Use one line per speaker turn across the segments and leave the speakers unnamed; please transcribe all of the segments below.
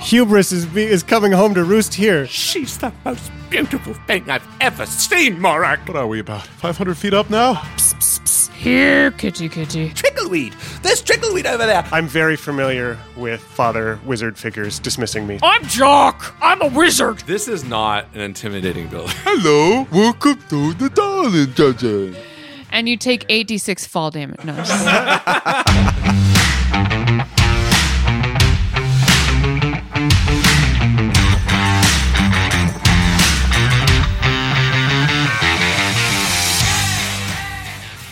Hubris is be- is coming home to roost here.
She's the most beautiful thing I've ever seen, Morak.
What are we about? 500 feet up now?
Here, kitty kitty.
Trickleweed! There's trickleweed over there!
I'm very familiar with father wizard figures dismissing me.
I'm Jock. I'm a wizard.
This is not an intimidating building.
Hello, welcome to the Darling Dungeon.
And you take 86 fall damage. No.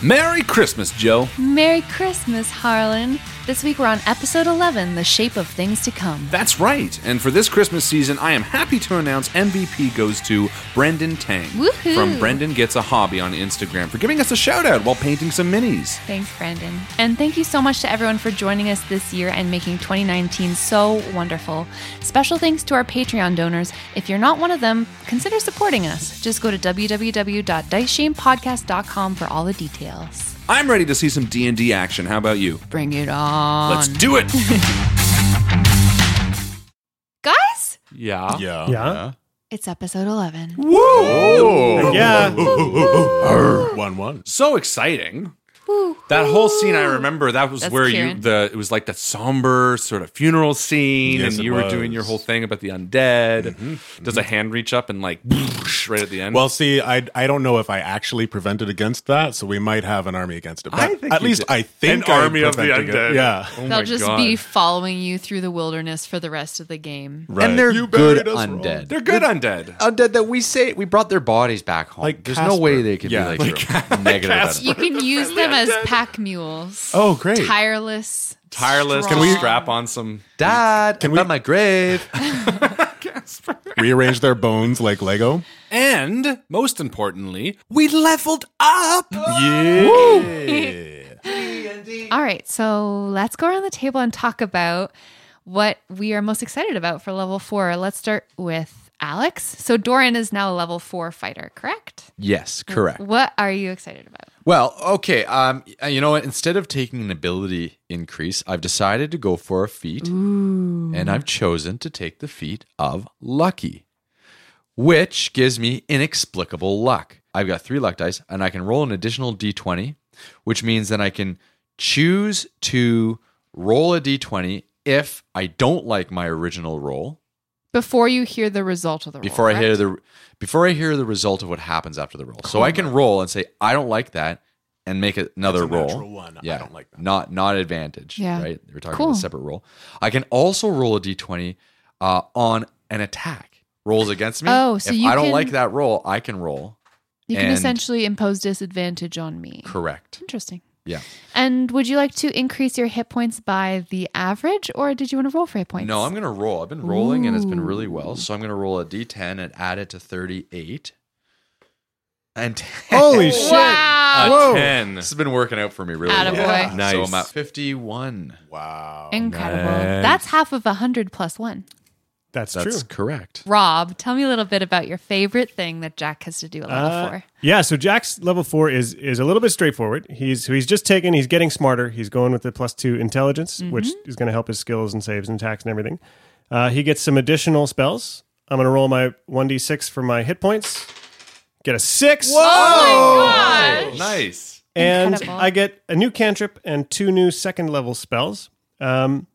Merry Christmas, Joe.
Merry Christmas, Harlan. This week we're on episode 11, The Shape of Things to Come.
That's right. And for this Christmas season, I am happy to announce MVP goes to Brendan Tang
Woohoo.
from Brendan Gets a Hobby on Instagram for giving us a shout out while painting some minis.
Thanks, Brandon. And thank you so much to everyone for joining us this year and making 2019 so wonderful. Special thanks to our Patreon donors. If you're not one of them, consider supporting us. Just go to www.diceshamepodcast.com for all the details.
I'm ready to see some D&D action. How about you?
Bring it on.
Let's do it.
Guys,
yeah.
Yeah.
Yeah.
it's episode 11.
Woo!
Yeah.
One one.
So exciting. That whole scene I remember that was
That's
where
Kieran.
you the it was like that somber sort of funeral scene
Yes,
and
it
you were doing your
was. Mm-hmm.
whole thing about the undead. Does a hand reach up and like right at the end?
Well, see, I I don't know if I actually prevented against that, so we might have an army against it. But
I think
at
you
least
did.
I think
An
I
army of the
prevented it.
undead.
Yeah,
Oh my
They'll just
God.
be following you through the wilderness for the rest of the game.
right.
And they're
You
good
buried us wrong.
undead.
They're good undead.
undead that we say we brought their bodies back home.
Like
There's no
Casper.
way they could
Yeah,
be like,
like-
negative. about it.
You can use them as pack mules.
Oh, great.
Tireless.
Tireless.
strong.
Can we strap on some?
Dad, can we my grave? Rearrange their bones like Lego.
And most importantly, we leveled up.
Yeah.
All right, so let's go around the table and talk about what we are most excited about for level four. Let's start with Alex. So Doran is now a level four fighter, correct?
Yes, correct.
What are you excited about?
Well, okay. Um, you know what? Instead of taking an ability increase, I've decided to go for a feat,
Mm.
and I've chosen to take the feat of lucky, which gives me inexplicable luck. I've got three luck dice, and I can roll an additional d20, which means that I can choose to roll a d20 if I don't like my original roll
Before you hear the result of the roll.
before I hear
correct?
the before I hear the result of what happens after the roll. So I can roll and say I don't like that and make it another
That's a
roll.
natural one. I
Yeah, don't like that. Not not advantage.
Yeah.
Right. We're talking
Cool.
about a separate roll. I can also roll a d twenty uh, on an attack. Rolls against me.
Oh, so
if
you
I don't
can-
like that roll, I can roll.
you can
and-
essentially impose disadvantage on me.
Correct.
Interesting.
Yeah.
And would you like to increase your hit points by the average, or did you want to roll for hit points?
No, I'm gonna roll. I've been rolling and it's been really well. So I'm gonna roll a d ten and add it to thirty eight. And 10.
Holy shit. Wow.
A
Whoa.
10. This has been working out for me really
Attaboy.
well.
Yeah.
So
Nice.
I'm at 51.
Oh,
Wow.
Incredible. That's half of a hundred plus one.
That's,
That's
true.
correct.
Rob, tell me a little bit about your favorite thing that Jack has to do at level
Uh,
four.
Yeah, so Jack's level four is is a little bit straightforward. He's so he's just taken, he's getting smarter. He's going with the plus two intelligence,
Mm-hmm.
which is going to help his skills and saves and attacks and everything. Uh, he gets some additional spells. I'm going to roll my one d six for my hit points. Get a six.
Oh
Nice.
and
Incredible.
I get a new cantrip and two new second level spells. Um,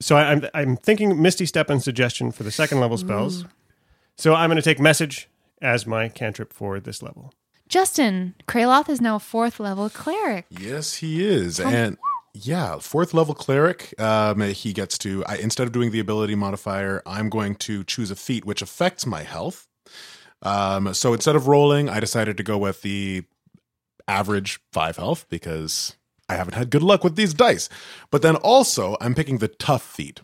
so I, I'm I'm thinking Misty Step and suggestion for the second level spells.
Ooh.
So I'm going to take message as my cantrip for this level.
Justin, Kraloth is now a fourth level cleric.
Yes, he is.
Tom-
And yeah, fourth level cleric, um, he gets to, I, instead of doing the ability modifier, I'm going to choose a feat which affects my health. Um, so instead of rolling, I decided to go with the average five health because I haven't had good luck with these dice. But then also, I'm picking the tough feat.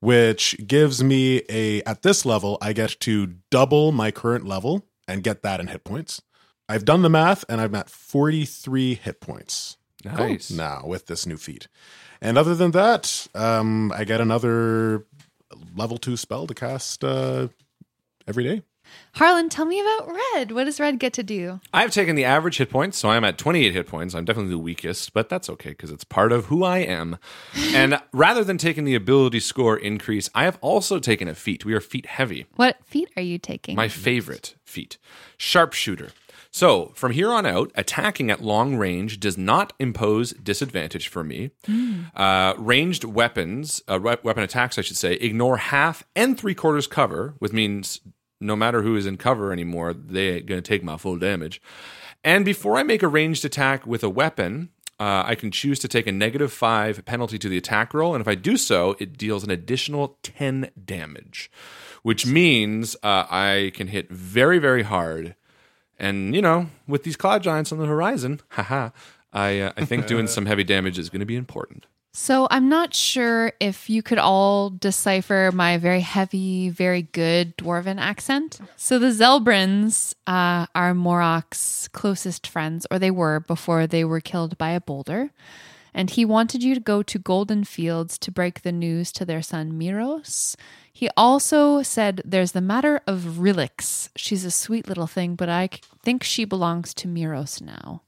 Which gives me a at this level, I get to double my current level and get that in hit points. I've done the math and I'm at 43 hit points.
Nice. Cool.
Now with this new feat. And other than that, um, I get another level two spell to cast uh, every day.
Harlan, tell me about Red. What does Red get to do?
I've taken the average hit points, so I'm at 28 hit points. I'm definitely the weakest, but that's okay because it's part of who I am. and rather than taking the ability score increase, I have also taken a feat. We are feat heavy.
What feat are you taking?
My favorite feat sharpshooter. So, from here on out, attacking at long range does not impose disadvantage for me. Uh, ranged weapons, uh, we- weapon attacks, I should say, ignore half and three quarters cover, which means no matter who is in cover anymore, they're going to take my full damage. And before I make a ranged attack with a weapon, uh, I can choose to take a negative five penalty to the attack roll. And if I do so, it deals an additional 10 damage, which means uh, I can hit very, very hard. And, you know, with these cloud giants on the horizon, haha, I, uh, I think doing some heavy damage is going to be important.
So I'm not sure if you could all decipher my very heavy, very good dwarven accent. So the Zelbrins uh, are Morok's closest friends, or they were before they were killed by a boulder. And he wanted you to go to Golden Fields to break the news to their son Miros. He also said there's the matter of Rilix. She's a sweet little thing, but I c- think she belongs to Miros now.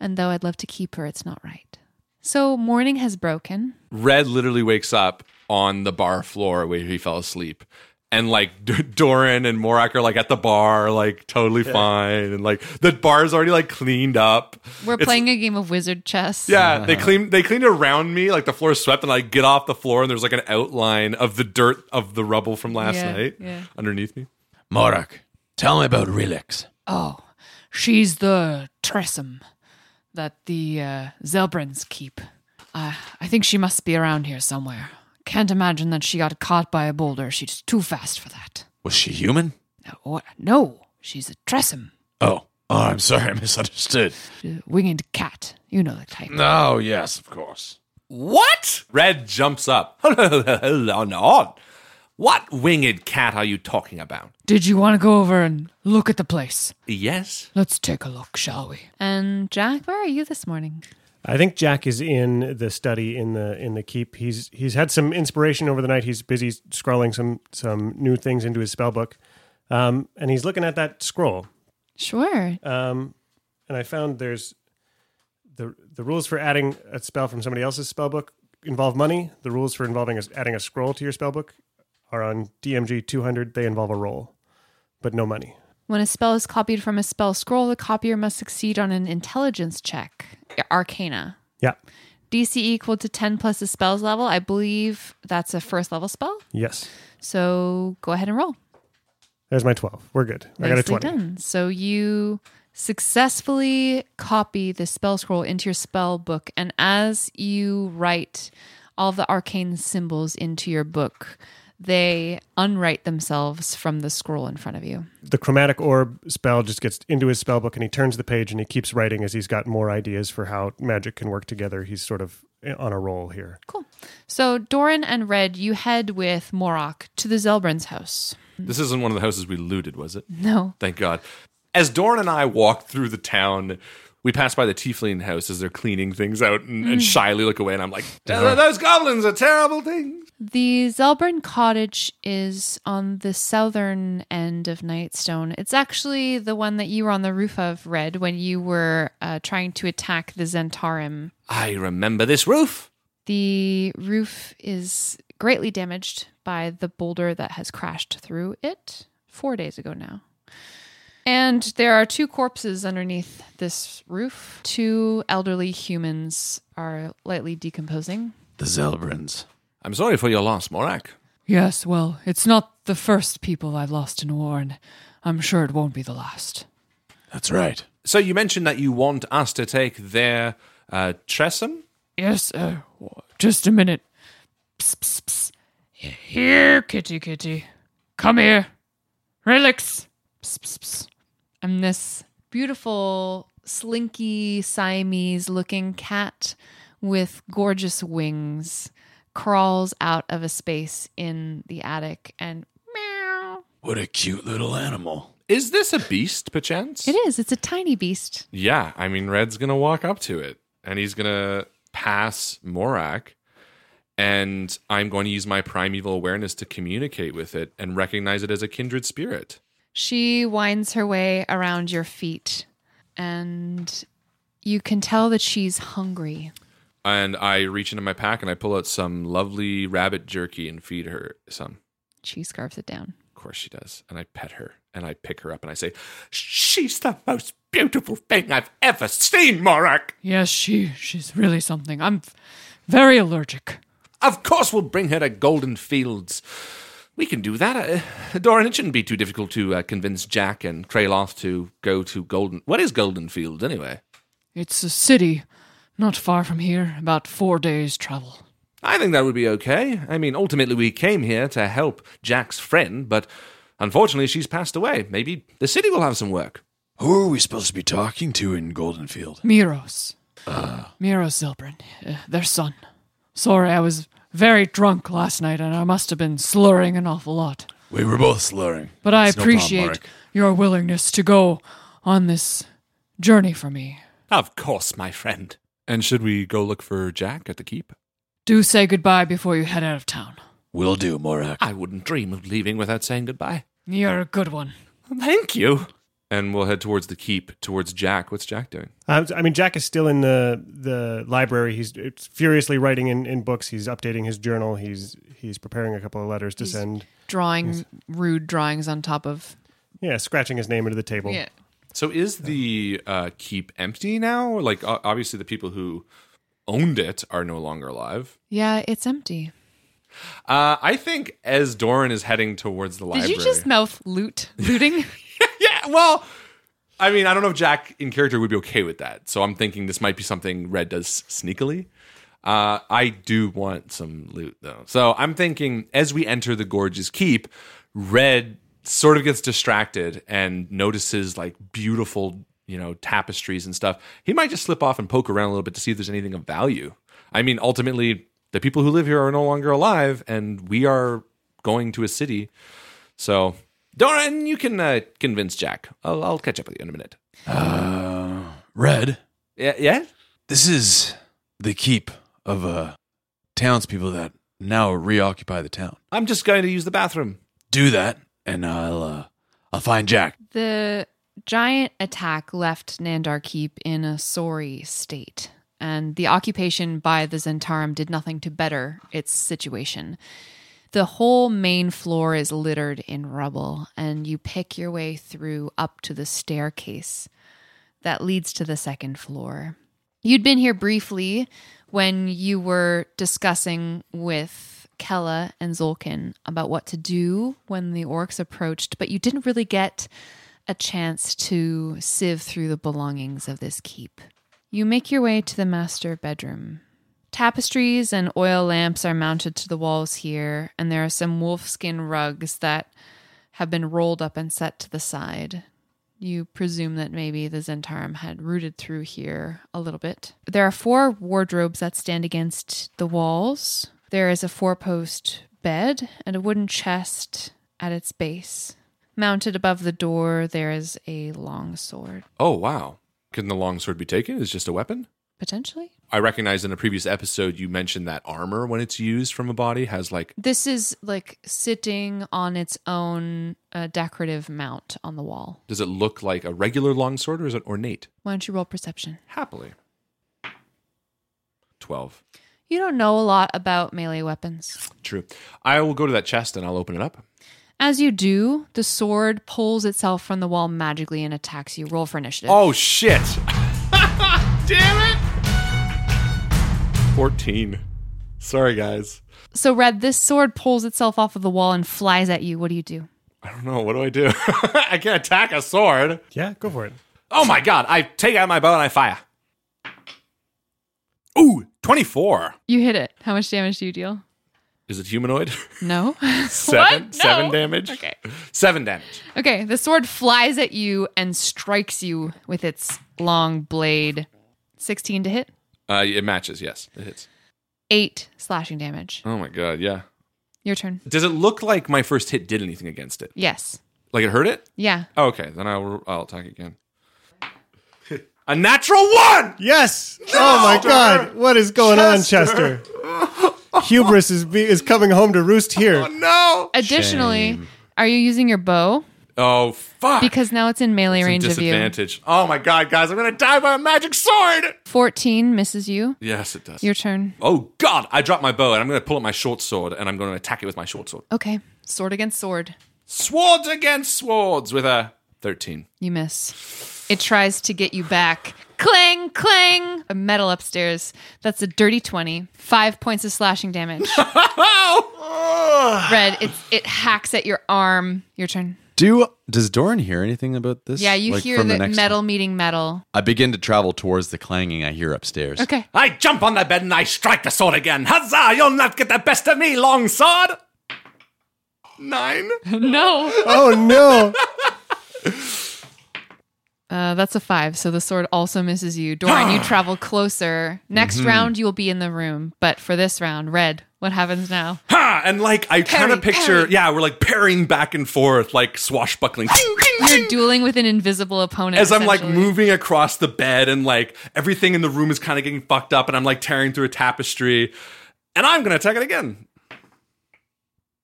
And though I'd love to keep her, it's not right. So morning has broken.
Red literally wakes up on the bar floor where he fell asleep. And like D- Doran and Morak are like at the bar, like totally
Yeah.
fine. And like the bar's already like cleaned up.
We're
It's-
playing a game of wizard chess.
Yeah,
Uh-huh.
they clean they cleaned around me, like the floor is swept, and I get off the floor and there's like an outline of the dirt of the rubble from last
Yeah,
night
yeah.
underneath me.
Morak, tell me about Relix.
Oh, she's the Tressum that the uh, Zelbrins keep. Uh, I think she must be around here somewhere. Can't imagine that she got caught by a boulder. She's too fast for that.
Was she human?
Uh, what? No, she's a Tressum,
Oh, oh, I'm sorry, I misunderstood.
a winged cat. You know the type.
Oh, yes, of course.
What? Red jumps up. Hold on. What winged cat are you talking about?
Did you want to go over and look at the place?
Yes.
Let's take a look, shall we?
And Jack, where are you this morning?
I think Jack is in the study in the in the keep. He's he's had some inspiration over the night. He's busy scrawling some some new things into his spell book, um, and he's looking at that scroll.
Sure.
Um, and I found there's the the rules for adding a spell from somebody else's spell book involve money. The rules for involving a, adding a scroll to your spell book are on DMG 200. They involve a roll, but no money.
When a spell is copied from a spell scroll, the copier must succeed on an intelligence check, arcana.
Yeah.
DC equal to 10 plus the spell's level. I believe that's a first level spell.
Yes.
So go ahead and roll.
There's my 12. We're good. I got a
Nicely
20.
done. So you successfully copy the spell scroll into your spell book, and as you write all the arcane symbols into your book, they unwrite themselves from the scroll in front of you.
The chromatic orb spell just gets into his spell book and he turns the page and he keeps writing as he's got more ideas for how magic can work together. He's sort of eh, on a roll here.
So Doran and Red, you head with Morok to the Zelbrun's house.
This isn't one of the houses we looted, was it?
No.
Thank God. As Doran and I walked through the town, we passed by the Tiefling house as they're cleaning things out and, and
Mm.
shyly look away. And I'm like,
Th- Those goblins are terrible things.
The Zelbrun cottage is on the southern end of Nightstone. It's actually the one that you were on the roof of, Red, when you were uh, trying to attack the Zentarim.
I remember this roof.
The roof is greatly damaged by the boulder that has crashed through it four days ago now. And there are two corpses underneath this roof. Two elderly humans are lightly decomposing.
The Zelbrins. I'm sorry for your loss, Morak.
Yes, well, it's not the first people I've lost in war, and I'm sure it won't be the last.
That's right. So you mentioned that you want us to take their uh, Tressum?
Yes, uh, w- just a minute. Psst, psst, psst. Here, kitty, kitty. Come here. Relics. Psst, psst, psst.
And this beautiful, slinky, Siamese looking cat with gorgeous wings crawls out of a space in the attic and
What a cute little animal. Is this a beast, perchance?
it is. It's a tiny beast.
Yeah, I mean, Red's gonna walk up to it and he's gonna pass Morak, and I'm going to use my primeval awareness to communicate with it and recognize it as a kindred spirit.
She winds her way around your feet and you can tell that she's hungry.
And I reach into my pack and I pull out some lovely rabbit jerky and feed her some.
She scarfs it down.
Of course she does. And I pet her and I pick her up and I say,
She's the most beautiful thing I've ever seen, Morak.
Yes, she, she's really something. I'm f- very allergic.
Of course, we'll bring her to Golden Fields. We can do that. Uh, Doran, it shouldn't be too difficult to uh, convince Jack and Kraloth to go to Golden. What is Golden Fields, anyway?
It's a city not far from here, about four days' travel.
I think that would be okay. I mean, ultimately, we came here to help Jack's friend, but unfortunately, she's passed away. Maybe the city will have some work.
Who are we supposed to be talking to in Goldenfield?
Miros.
Ah.
Miro Zilbrin, uh, their son. Sorry, I was very drunk last night and I must have been slurring an awful lot.
We were both slurring.
But I
It's no problem,
appreciate
Mark.
your willingness to go on this journey for me.
Of course, my friend. And should we go look for Jack at the keep?
Do say goodbye before you head out of town.
Will do, Morak. I wouldn't dream of leaving without saying goodbye.
You're a good one.
Thank you. And we'll head towards the keep, towards Jack. What's Jack doing?
Um, I mean, Jack is still in the the library. He's it's furiously writing in, in books. He's updating his journal. He's he's preparing a couple of letters to send.
Drawing
Yes.
rude drawings on top of.
Yeah, scratching his name into the table.
Yeah.
So is the uh, keep empty now? Like, o- obviously, the people who owned it are no longer alive.
Yeah, it's empty.
Uh, I think as Doran is heading towards the library.
Did you just mouth loot? Looting?
yeah, well. I mean, I don't know if Jack in character would be okay with that. So I'm thinking this might be something Red does sneakily. Uh, I do want some loot though. So I'm thinking as we enter the gorgeous keep, Red sort of gets distracted and notices like beautiful you know, tapestries and stuff. He might just slip off and poke around a little bit to see if there's anything of value. I mean, ultimately, the people who live here are no longer alive, and we are going to a city. So, Dora, and you can uh, convince Jack. I'll, I'll catch up with you in a minute.
Uh, Red.
Yeah, yeah.
This is the keep of uh, townspeople that now reoccupy the town.
I'm just going to use the bathroom.
Do that, and I'll uh, I'll find Jack.
The giant attack left Nandar Keep in a sorry state, and the occupation by the Zentarum did nothing to better its situation. The whole main floor is littered in rubble, and you pick your way through up to the staircase that leads to the second floor. You'd been here briefly when you were discussing with Kella and Zolkin about what to do when the orcs approached, but you didn't really get a chance to sieve through the belongings of this keep. You make your way to the master bedroom. Tapestries and oil lamps are mounted to the walls here, and there are some wolfskin rugs that have been rolled up and set to the side. You presume that maybe the Zentarum had rooted through here a little bit. There are four wardrobes that stand against the walls. There is a four post bed and a wooden chest at its base. Mounted above the door, there is a long sword.
Oh, wow. Can the longsword be taken? It's just a weapon?
Potentially?
I recognize in a previous episode you mentioned that armor, when it's used from a body, has like
This is like sitting on its own uh, decorative mount on the wall.
Does it look like a regular longsword or is it ornate?
Why don't you roll perception?
Happily. 12.
You don't know a lot about melee weapons.
True. I will go to that chest and I'll open it up.
As you do, the sword pulls itself from the wall magically and attacks you. Roll for initiative.
Oh, shit.
Damn it!
14. Sorry, guys.
So, Red, this sword pulls itself off of the wall and flies at you. What do you do?
I don't know. What do I do? I can attack a sword.
Yeah, go for it.
Oh my god. I take out my bow and I fire. Ooh, 24.
You hit it. How much damage do you deal?
Is it humanoid?
No.
Seven.
What?
Seven
No.
damage.
Okay.
Seven damage.
Okay, the sword flies at you and strikes you with its long blade. 16 to hit,
Uh, it matches. Yes, it hits.
8 slashing damage.
Oh my god. Yeah.
Your turn.
Does it look like my first hit did anything against it?
Yes.
Like it hurt it?
Yeah.
Oh, okay. Then I'll I'll attack again. A natural one.
Yes. oh my God. What is going
Chester.
on, Chester? Hubris is be, is coming home to roost here.
Oh, No.
Additionally, are you using your bow?
Oh fuck.
Because now it's in melee
It's a
range of you.
disadvantage. Oh my god, guys! I'm gonna die by a magic sword.
14 misses you.
Yes, it does.
Your turn.
Oh god! I dropped my bow and I'm gonna pull up my short sword and I'm gonna attack it with my short sword.
Okay, sword against sword.
Swords against swords with a thirteen.
You miss. It tries to get you back. Clang, clang. A metal upstairs. That's a dirty 20. Five points of slashing damage.
Oh!
Red, it, it hacks at your arm. Your turn.
Do does Doran hear anything about this?
Yeah, you
Like,
hear
from
the,
next-
metal meeting metal.
I begin to travel towards the clanging I hear upstairs.
Okay.
I jump on the bed and I strike the sword again. Huzzah! You'll not get the best of me, long sword. Nine.
no.
Oh no.
Uh, that's a five, so the sword also misses you. Doran, you travel closer. Next
Mm-hmm.
Mhm.
round, you'll be in the room, but for this round, Red, what happens now?
Ha! And like I kind
Parry,
of picture,
parry.
yeah, we're like parrying back and forth, like swashbuckling.
You're dueling with an invisible opponent.
As I'm like
essentially.
moving across the bed and like everything in the room is kind of getting fucked up, and I'm like tearing through a tapestry, and I'm gonna attack it again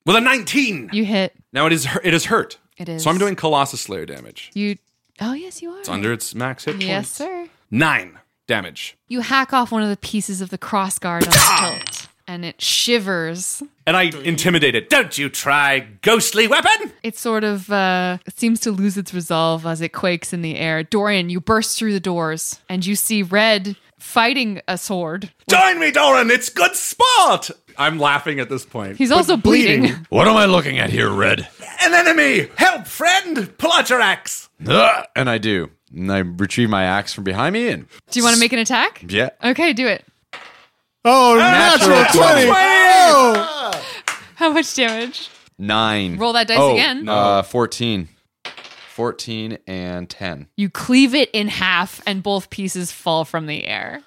with a 19.
you hit.
Now it is hu- it is hurt.
It is.
So I'm doing colossus slayer damage.
You. Oh yes, you are.
It's under its max hit points.
Yes, sir.
Nine damage,
You hack off one of the pieces of the cross guard on the tilt, and it shivers.
and I intimidate it. Don't you try ghostly weapon?
It sort of uh, seems to lose its resolve as it quakes in the air. Dorian, you burst through the doors, and you see Red fighting a sword.
Join me, Doran. It's good sport. I'm laughing at this point.
He's also bleeding.
What am I looking at here, Red?
An enemy! Help, friend! Pull out your axe!
Ugh! And I do. And I retrieve my axe from behind me and
Do you want to make an attack?
yeah.
Okay, do it.
Oh,
natural 20.
How much damage?
Nine.
Roll that dice
Oh,
again.
Uh, 14. 14 and 10.
You cleave it in half, and both pieces fall from the air.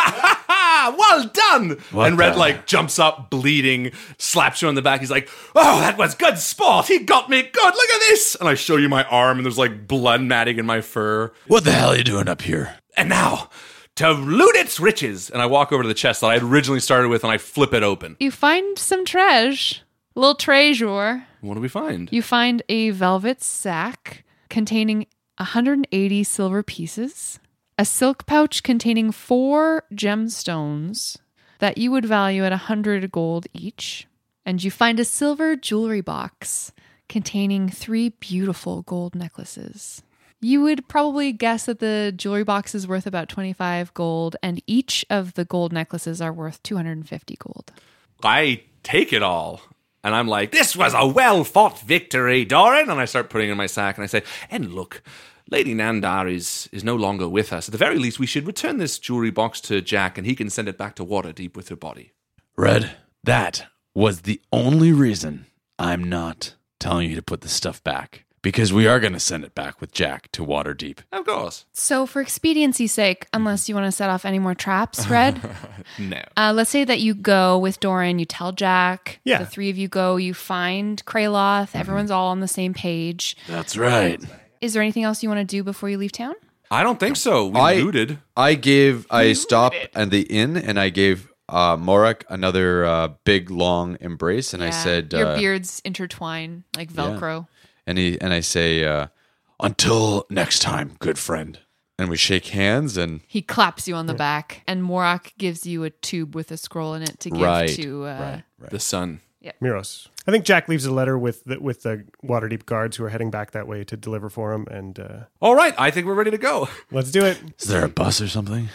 Ah, well done!
What
and Red
the-
like jumps up, bleeding, slaps you on the back. He's like, "Oh, that was good sport. He got me good. Look at this!" And I show you my arm, and there's like blood matting in my fur.
What the hell are you doing up here?
And now to loot its riches. And I walk over to the chest that I had originally started with, and I flip it open.
You find some treasure, little treasure.
What do we find?
You find a velvet sack containing 180 silver pieces, a silk pouch containing four gemstones that you would value at 100 gold each, and you find a silver jewelry box containing three beautiful gold necklaces. You would probably guess that the jewelry box is worth about 25 gold, and each of the gold necklaces are worth 250 gold.
I take it all. And I'm like, this was a well fought victory, Doran. And I start putting it in my sack and I say, and look, Lady Nandar is, is no longer with us. At the very least, we should return this jewelry box to Jack and he can send it back to Waterdeep with her body.
Red, that was the only reason I'm not telling you to put this stuff back because we are going to send it back with Jack to Waterdeep.
Of course.
So, for expediency's sake, unless you want to set off any more traps, Red,
No.
uh, let's say that you go with Doran, you tell Jack,
Yeah. Mm-hmm.
the three of you go, you find Kraloth, everyone's all on the same page.
That's right.
Is there anything else you want to do before you leave town?
I don't think so. We looted.
I gave. I stopped at the inn and I gave uh, Morak another uh, big long embrace, and I said,
Your
uh,
beards intertwine like
yeah.
Velcro.
and he and I say, uh, "Until next time, good friend." And we shake hands, and
He claps you on the back, and Morak gives you a tube with a scroll in it to give
Right,
to. Uh,
The sun.
Miros. I think Jack leaves a letter with the, with the Waterdeep guards who are heading back that way to deliver for him. And uh,
All right, I think we're ready to go.
let's do it.
is there a bus or something?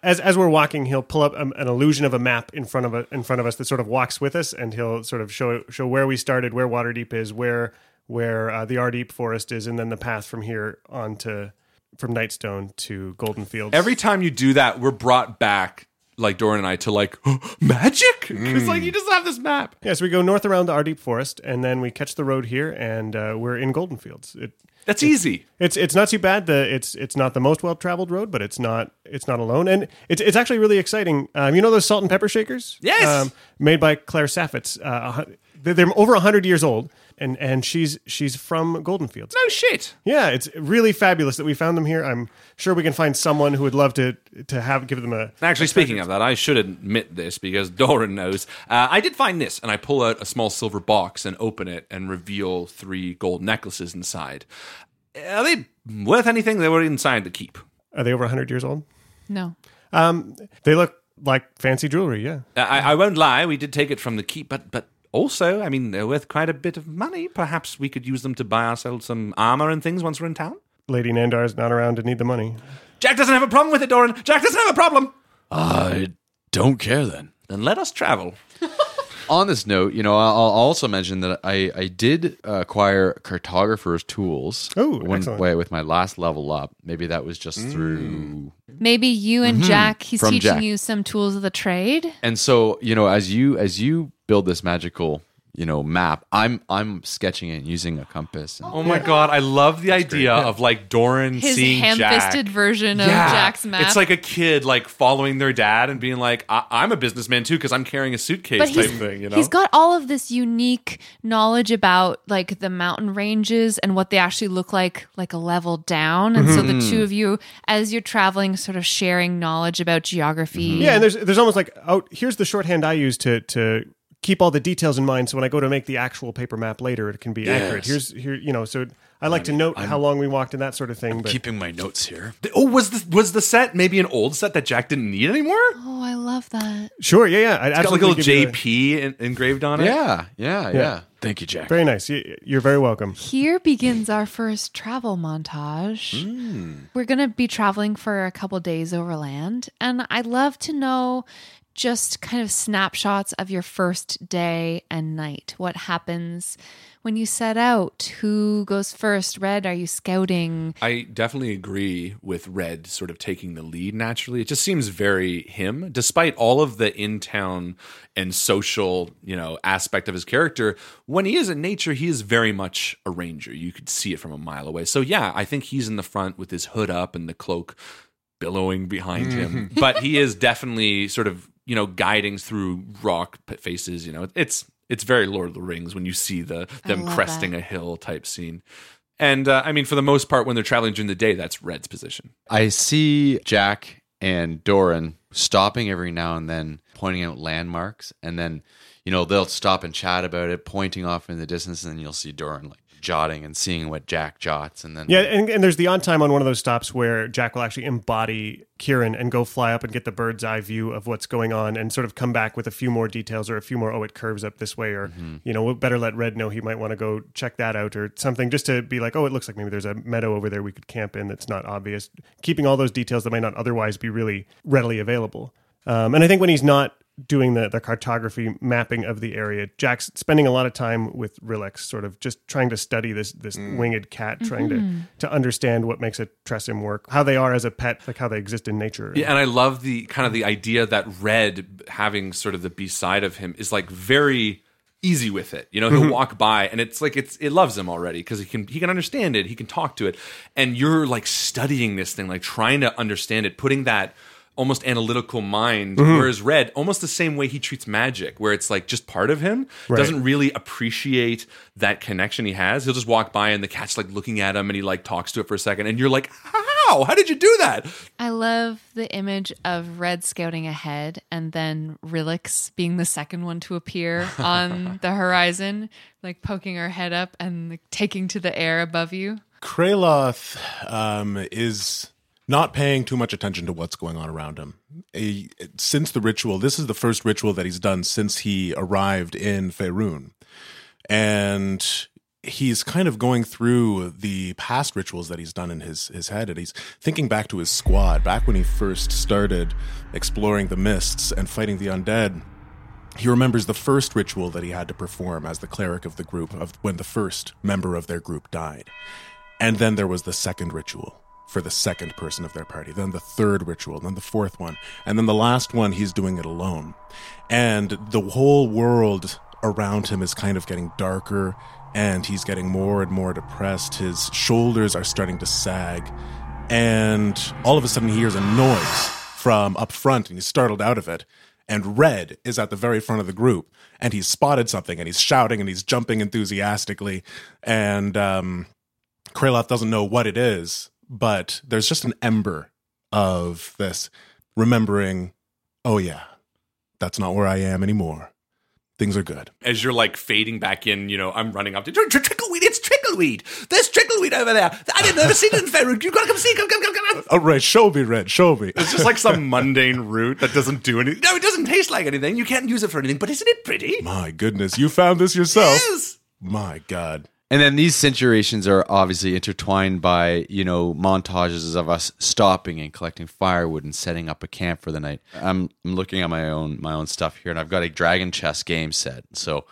As as we're walking, he'll pull up um, an illusion of a map in front of a, in front of us that sort of walks with us, and he'll sort of show show where we started, where Waterdeep is, where where uh, the Ardeep Forest is, and then the path from here on to from Nightstone to Golden Fields.
Every time you do that, we're brought back, like Doran and I, to like magic? Because
Hmm.
like you just have this map.
yeah, so we go north around the Ardeep Forest, and then we catch the road here, and uh, we're in Golden Fields. It,
That's easy.
It's it's not too bad. The it's it's not the most well traveled road, but it's not it's not alone, and it's it's actually really exciting. Um, you know those salt and pepper shakers? Um,
Yes!
made by Claire Saffitz. Uh, a hun- they're, they're over hundred years old, and and she's she's from Golden Fields.
No shit.
Yeah, it's really fabulous that we found them here. I'm sure we can find someone who would love to to have give them a.
Actually, speaking of that, I should admit this because Doran knows. Uh, I did find this, and I pull out a small silver box and open it and reveal three gold necklaces inside. Are they worth anything? They were inside the keep.
Are they over hundred years old?
no.
Um, they look like fancy jewelry. Yeah.
Uh, I, I won't lie, we did take it from the keep, but but also, I mean, they're worth quite a bit of money. Perhaps we could use them to buy ourselves some armor and things once we're in town.
Lady Nandar's not around to need the money.
Jack doesn't have a problem with it, Doran. Jack doesn't have a problem.
I don't care then.
Then let us travel.
on this note, you know, I'll, I'll also mention that I, I did acquire cartographer's tools
Oh,
when,
excellent.
way- with my last level up. Maybe that was just
Mm.
through.
Maybe you and
Mhm.
Jack, he's
From
teaching
Jack.
you some tools of the trade.
And so, you know, as you as you build this magical, you know, map, I'm I'm sketching it using a compass. And
Oh my god, I love the idea of like Doran
His
seeing
ham
Jack.
fisted version of Jack's map.
It's like a kid like following their dad and being like, I- I'm a businessman too because I'm carrying a suitcase
but
type
he's,
thing. You know,
he's got all of this unique knowledge about like the mountain ranges and what they actually look like like a level down and so the
Mhm.
two of you as you're traveling sort of sharing knowledge about geography
Mm-hmm. Yeah, and there's there's almost like oh, here's the shorthand I use to to keep all the details in mind. So when I go to make the actual paper map later, it can be accurate.
Yes.
Here's here you know. So I like to note how long we walked and that sort of thing. But
keeping my notes here.
oh, was the was the set maybe an old set that Jack didn't need anymore?
oh i love that
sure, yeah, yeah. I'd
It's got like a
absolutely
little
give you the-
JP en- engraved on it.
Yeah, yeah, yeah,
Yeah.
Thank you, Jack.
Very nice. You- You're very welcome.
here begins our first travel montage
Mm.
Hmm.
we're gonna be traveling for a couple days overland and i'd love to know just kind of snapshots of your first day and night. What happens when you set out? Who goes first? Red, are you scouting?
I definitely agree with Red sort of taking the lead naturally. It just seems very him, despite all of the in town and social, you know, aspect of his character. When he is in nature, he is very much a ranger. You could see it from a mile away. So yeah, I think he's in the front with his hood up and the cloak billowing behind him.
Mhm.
But he is definitely sort of, you know, guiding through rock p- faces, you know. It's it's very Lord of the Rings when you see the
I
them
love
cresting
that.
a hill type scene. And uh, I mean, for the most part, when they're traveling during the day, that's Red's position.
I see Jack and Doran stopping every now and then, pointing out landmarks, and then you know they'll stop and chat about it, pointing off in the distance, and then you'll see Doran like jotting and seeing what Jack jots, and then
Yeah, and, and there's the on time on one of those stops where Jack will actually embody Kieran and go fly up and get the bird's eye view of what's going on and sort of come back with a few more details or a few more, oh, it curves up this way, or, you know, we'll better let Red know he might want to go check that out or something just to be like, oh, it looks like maybe there's a meadow over there we could camp in that's not obvious. Keeping all those details that might not otherwise be really readily available. Um, and I think when he's not doing the, the cartography mapping of the area, Jack's spending a lot of time with Rilex, sort of just trying to study this this winged cat, trying
Mhm.
to to understand what makes a Tressim work, how they are as a pet, like how they exist in nature.
Yeah, and I love the kind of the idea that Red having sort of the B side of him is like very easy with it. You know, he'll
Mhm.
walk by and it's like it's it loves him already because he can he can understand it, he can talk to it. And you're like studying this thing, like trying to understand it, putting that almost analytical mind
Mhm.
whereas red almost the same way he treats magic where it's like just part of him
Right.
doesn't really appreciate that connection he has he'll just walk by and the cat's like looking at him and he like talks to it for a second and you're like how how did you do that
I love the image of Red scouting ahead and then Rilix being the second one to appear on the horizon, like poking her head up and like, taking to the air above you.
Kraloth um, is not paying too much attention to what's going on around him. He- since the ritual, this is the first ritual that he's done since he arrived in Faerun. And he's kind of going through the past rituals that he's done in his, his head. And he's thinking back to his squad, back when he first started exploring the mists and fighting the undead. He remembers the first ritual that he had to perform as the cleric of the group of when the first member of their group died. And then there was the second ritual for the second person of their party, then the third ritual, then the fourth one, and then the last one, he's doing it alone. And the whole world around him is kind of getting darker, and he's getting more and more depressed. His shoulders are starting to sag, and all of a sudden, he hears a noise from up front, and he's startled out of it. And Red is at the very front of the group, and he's spotted something, and he's shouting, and he's jumping enthusiastically, and um, Kraloth doesn't know what it is, but there's just an ember of this remembering, oh yeah, that's not where I am anymore. Things are good.
as you're like fading back in, you know, I'm running up to "Tr- tr- trickleweed. It's trickleweed. There's trickleweed over there. I didn't ever seen it in Faerun. You gotta come see. Come, come, come, come.
Oh, Red, show me, Red, show me.
It's just like some mundane root that doesn't do anything. No, it doesn't taste like anything. You can't use it for anything. But isn't it pretty?
My goodness, you found this yourself. My God.
And then these situations are obviously intertwined by, you know, montages of us stopping and collecting firewood and setting up a camp for the night. I'm, I'm looking at my own my own stuff here and I've got a dragon chess game set. So,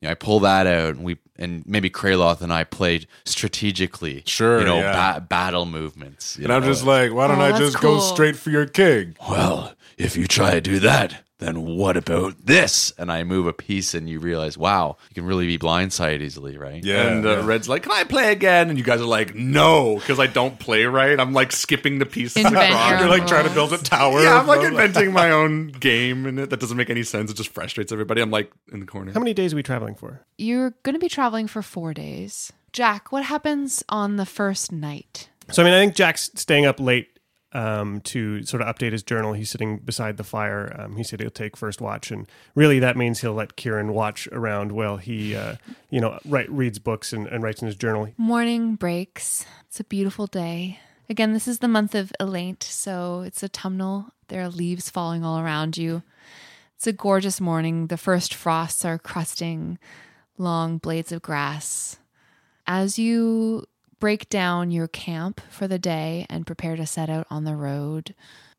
you know, I pull that out and we and maybe Kraloth and I played strategically.
Sure,
You know,
yeah.
ba- battle movements. you
And I'm
know.
just like, why don't
Oh,
I
that's
just go
cool.
straight for your king?
Well, if you try to do that, then what about this? And I move a piece and you realize, wow, you can really be blindsided easily, right?
and uh, Red's like, "Can I play again?" And you guys are like, "No," because I don't play right. I'm like skipping the pieces.
Invent your
across.
own You're, like, trying to rules. build a tower.
Yeah, I'm like inventing my own game, and it that doesn't make any sense. It just frustrates everybody. I'm like in the corner.
How many days are we traveling for?
You're going to be traveling for four days. Jack, what happens on the first night?
So I mean, I think Jack's staying up late um, to sort of update his journal. He's sitting beside the fire. Um, he said he'll take first watch, and really that means he'll let Kieran watch around while he, uh, you know, write, reads books and, and writes in his journal.
Morning breaks. It's a beautiful day. Again, this is the month of Elaint, so it's autumnal. There are leaves falling all around you. It's a gorgeous morning. The first frosts are crusting long blades of grass. As you break down your camp for the day and prepare to set out on the road,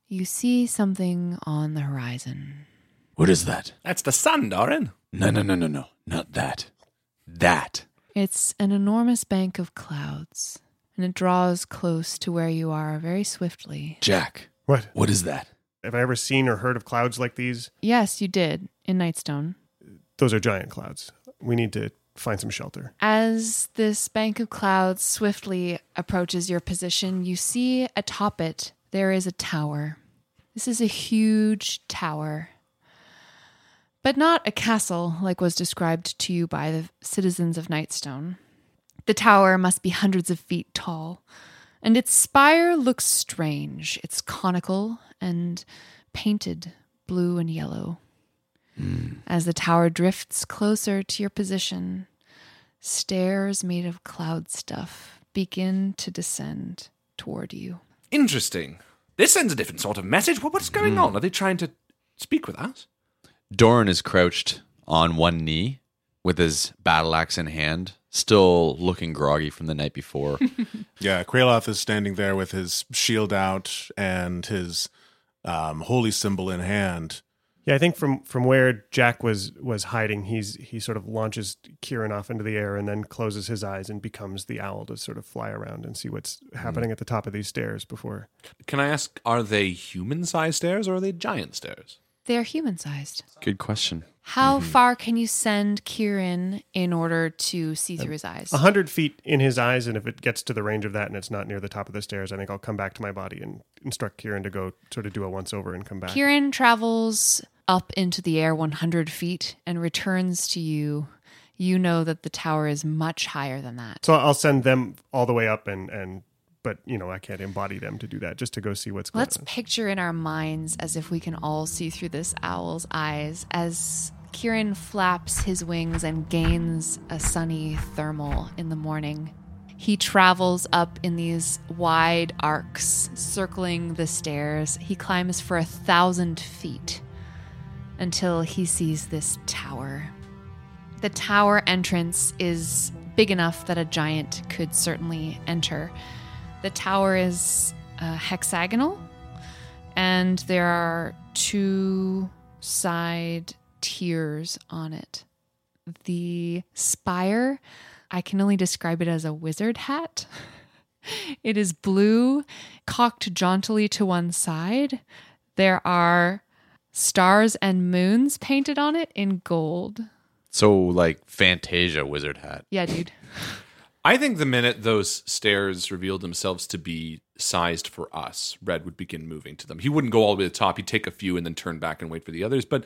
you see something on the horizon.
What is that?
That's the sun, Doran.
No, no, no, no, no. Not that. That.
It's an enormous bank of clouds, and it draws close to where you are very swiftly.
Jack.
What?
What is that?
Have I ever seen or heard of clouds like these?
Yes, you did in Nightstone.
Those are giant clouds. We need to find some shelter.
As this bank of clouds swiftly approaches your position, you see atop it there is a tower. This is a huge tower, but not a castle like was described to you by the citizens of Nightstone. The tower must be hundreds of feet tall, and its spire looks strange. It's conical and painted blue and yellow. As the tower drifts closer to your position, stairs made of cloud stuff begin to descend toward you.
Interesting. This sends a different sort of message. What, what's going on? Are they trying to speak with us?
Doran is crouched on one knee with his battle axe in hand, still looking groggy from the night before.
yeah, Kraloth is standing there with his shield out and his um, holy symbol in hand.
Yeah, I think from from where Jack was was hiding, he's he sort of launches Kieran off into the air and then closes his eyes and becomes the owl to sort of fly around and see what's
Mm-hmm.
happening at the top of these stairs before.
Can I ask, are they human sized stairs or are they giant stairs?
They are human sized.
Good question.
How far can you send Kieran in order to see through his eyes?
A hundred feet in his eyes, and if it gets to the range of that and it's not near the top of the stairs, I think I'll come back to my body and instruct Kieran to go sort of do a once over and come back.
Kieran travels up into the air 100 feet and returns to you. You know that the tower is much higher than that.
So I'll send them all the way up and and but you know I can't embody them to do that just to go see what's going
Let's
on.
picture in our minds as if we can all see through this owl's eyes as Kieran flaps his wings and gains a sunny thermal in the morning. He travels up in these wide arcs, circling the stairs. He climbs for a thousand feet until he sees this tower. The tower entrance is big enough that a giant could certainly enter. The tower is uh, hexagonal, and there are two side tiers on it. The spire, I can only describe it as a wizard hat. It is blue, cocked jauntily to one side. There are stars and moons painted on it in gold.
So, like Fantasia wizard hat.
Yeah, dude.
I think the minute those stairs revealed themselves to be sized for us, Red would begin moving to them. He wouldn't go all the way to the top. He'd take a few and then turn back and wait for the others. But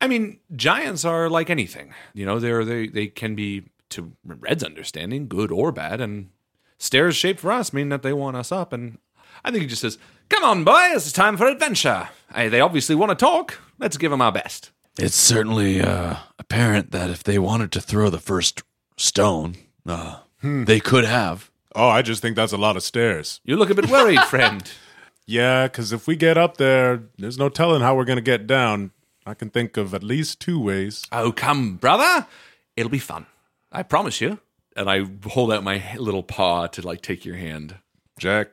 I mean, giants are like anything. You know, they're they they can be to Red's understanding, good or bad, and stairs shaped for us mean that they want us up. And I think he just says, "Come on, boys, it's time for adventure." Hey, they obviously want to talk. Let's give them our best.
It's certainly uh, apparent that if they wanted to throw the first stone, uh,
Hmm.
they could have.
Oh, I just think that's a lot of stairs.
You look a bit worried, friend.
Yeah, because if we get up there, there's no telling how we're going to get down. I can think of at least two ways.
Oh, come, brother. It'll be fun. I promise you. And I hold out my little paw to like take your hand.
Jack.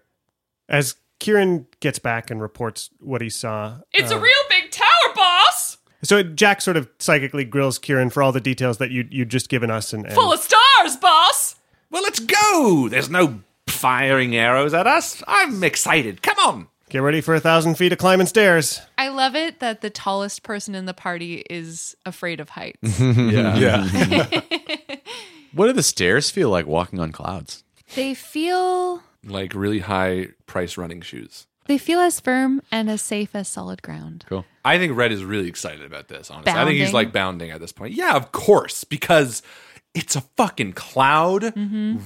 As Kieran gets back and reports what he saw,
It's a
uh,
real big tower, boss!
So Jack sort of psychically grills Kieran for all the details that you you'd just given us, and, and
Full of stars, boss!
Well, let's go. There's no firing arrows at us. I'm excited. Come on.
get ready for a thousand feet of climbing stairs.
I love it that the tallest person in the party is afraid of heights.
Yeah. yeah. what do the stairs feel like walking on clouds?
they feel
Like really high price running shoes.
they feel as firm and as safe as solid ground.
Cool.
I think Red is really excited about this, honestly. I think he's
Bounding.
like bounding at this point. Yeah, of course, because it's a fucking cloud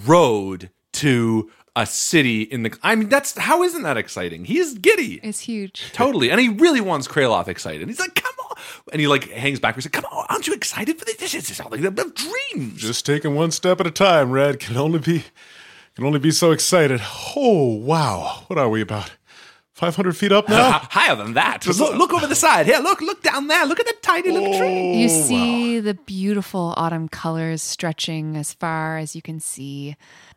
road to a city in the I mean that's how isn't that exciting? He is giddy.
It's huge.
Totally. And he really wants Kraloth excited. He's like, come on. And he like hangs backwards. Like, come on, aren't you excited for this? This is something like the dreams.
Just taking one step at a time, Red. Can only be can only be so excited. Oh wow. What are we about? Five hundred feet up now?
Higher than that. Just look, look over the side. Here, look, look down there. Look at that tiny little
Oh,
tree.
You see the beautiful autumn colors stretching as far as you can see.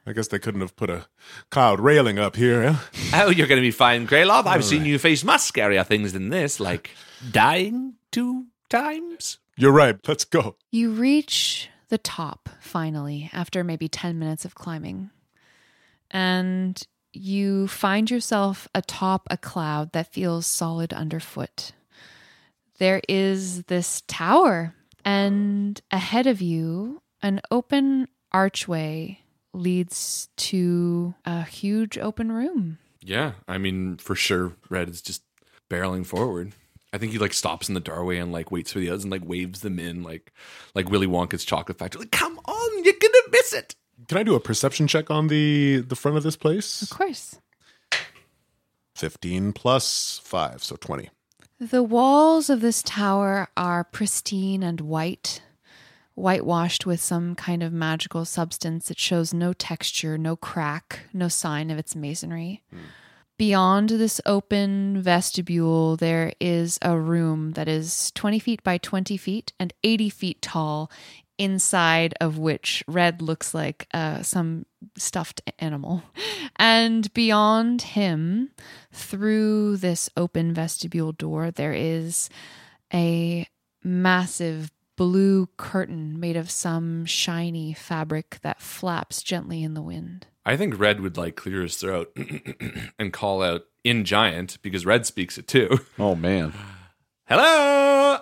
I guess they couldn't have put a cloud railing up here, eh?
Oh, you're going to be fine, Kraloth. I've seen you face much scarier things than this, like dying to
times.
You're right. Let's go.
You reach the top finally after maybe 10 minutes of climbing. And you find yourself atop a cloud that feels solid underfoot. There is this tower, and ahead of you, an open archway leads to a huge open room.
Yeah, I mean, for sure, Red is just barreling forward. I think he like stops in the doorway and like waits for the others and like waves them in, like like Willy Wonka's chocolate factory. Like, come on, you're gonna miss it.
Can I do a perception check on the the front of this place? Of
course.
15 plus 5, so 20.
The walls of this tower are pristine and white, whitewashed with some kind of magical substance that shows no texture, no crack, no sign of its masonry. Beyond this open vestibule, there is a room that is 20 feet by 20 feet and 80 feet tall, inside of which Red looks like uh, some stuffed animal. And beyond him, through this open vestibule door, there is a massive blue curtain made of some shiny fabric that flaps gently in the wind.
I think Red would like clear his throat and call out in giant because Red speaks it too.
Oh man.
Hello.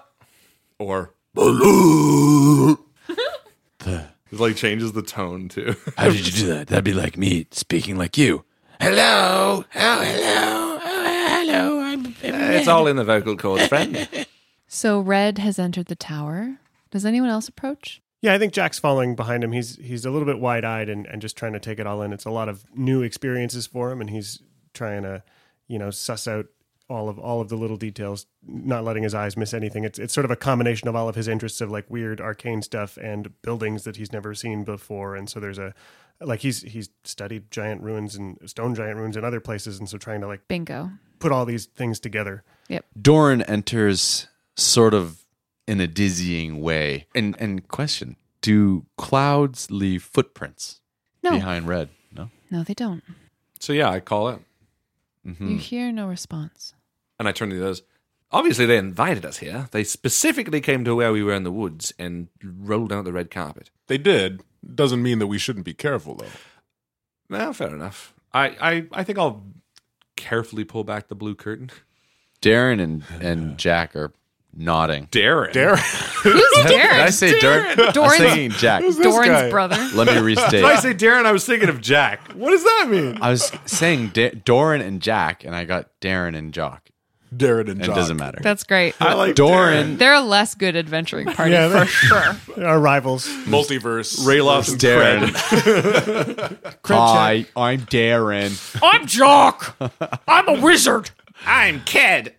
Or hello. it like changes the tone too.
How did you do that? That'd be like me speaking like you.
Hello. Oh, hello.
Oh, hello.
it's all in the vocal cords, friend.
So Red has entered the tower. Does anyone else approach?
Yeah, I think Jack's following behind him. He's he's a little bit wide eyed and, and just trying to take it all in. It's a lot of new experiences for him, and he's trying to you know suss out all of all of the little details, not letting his eyes miss anything. It's it's sort of a combination of all of his interests of like weird arcane stuff and buildings that he's never seen before, and so there's a like he's he's studied giant ruins and stone giant ruins in other places, and so trying to like
Bingo.
put all these things together.
Yep.
Doran enters sort of in a dizzying way. And and question, do clouds leave footprints
No.
behind red? No.
No, they don't.
So yeah, I call it Hmm. Mm-hmm.
You hear no response.
and I turn to the others. Obviously, they invited us here. They specifically came to where we were in the woods and rolled out the red carpet.
They did. Doesn't mean that we shouldn't be careful though.
Well, fair enough. I, I, I think I'll carefully pull back the blue curtain.
Darren and, and Jack are nodding.
Darren.
Darren.
Who's
Did I say Darren? I was thinking Jack. Let me restate.
Did I say Darren? I was thinking of Jack. What does that mean?
I was saying da- Doran and Jack, and I got Darren and Jock.
Darren
and It doesn't matter.
That's great.
I like Doran.
They're a less good adventuring party
Yeah,
for
they're-
sure.
Our rivals,
Multiverse.
Rayloff's
versus
Darren.
Cred.
Hi, I'm Darren.
I'm Jock. I'm a wizard. I'm Ked.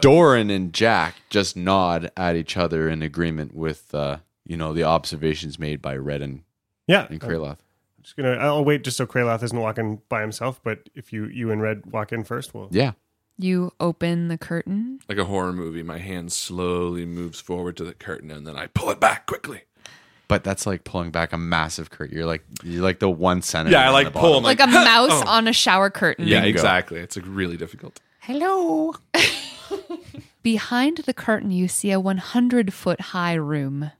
Doran and Jack just nod at each other in agreement with, uh, you know, the observations made by Red and,
Yeah.
and Kraloth.
Just gonna. I'll wait just so Kraloth isn't walking by himself. But if you you and Red walk in first, we'll
Yeah.
You open the curtain.
Like a horror movie, my hand slowly moves forward to the curtain and then I pull it back quickly.
But that's like pulling back a massive curtain. You're like, you're like the one sentence.
Yeah, I
on
like
the
pull
bottom.
them,
Like a mouse
Oh.
on a shower curtain.
Yeah,
Bingo.
exactly. It's like really difficult.
Hello. Behind the curtain, you see a 100 foot high room.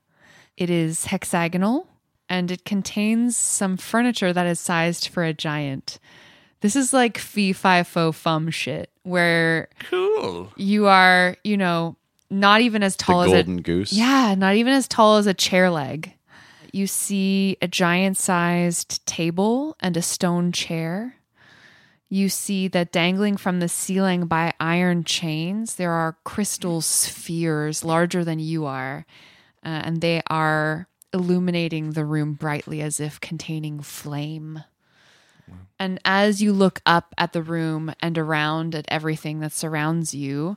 It is hexagonal and it contains some furniture that is sized for a giant. This is like fee fi fo fum shit, where
Cool.
you are, you know, not even as tall as
golden
a,
goose?
Yeah, not even as tall as a chair leg. You see a giant sized table and a stone chair. You see that dangling from the ceiling by iron chains, there are crystal spheres larger than you are, uh, and they are illuminating the room brightly as if containing flame. And as you look up at the room and around at everything that surrounds you,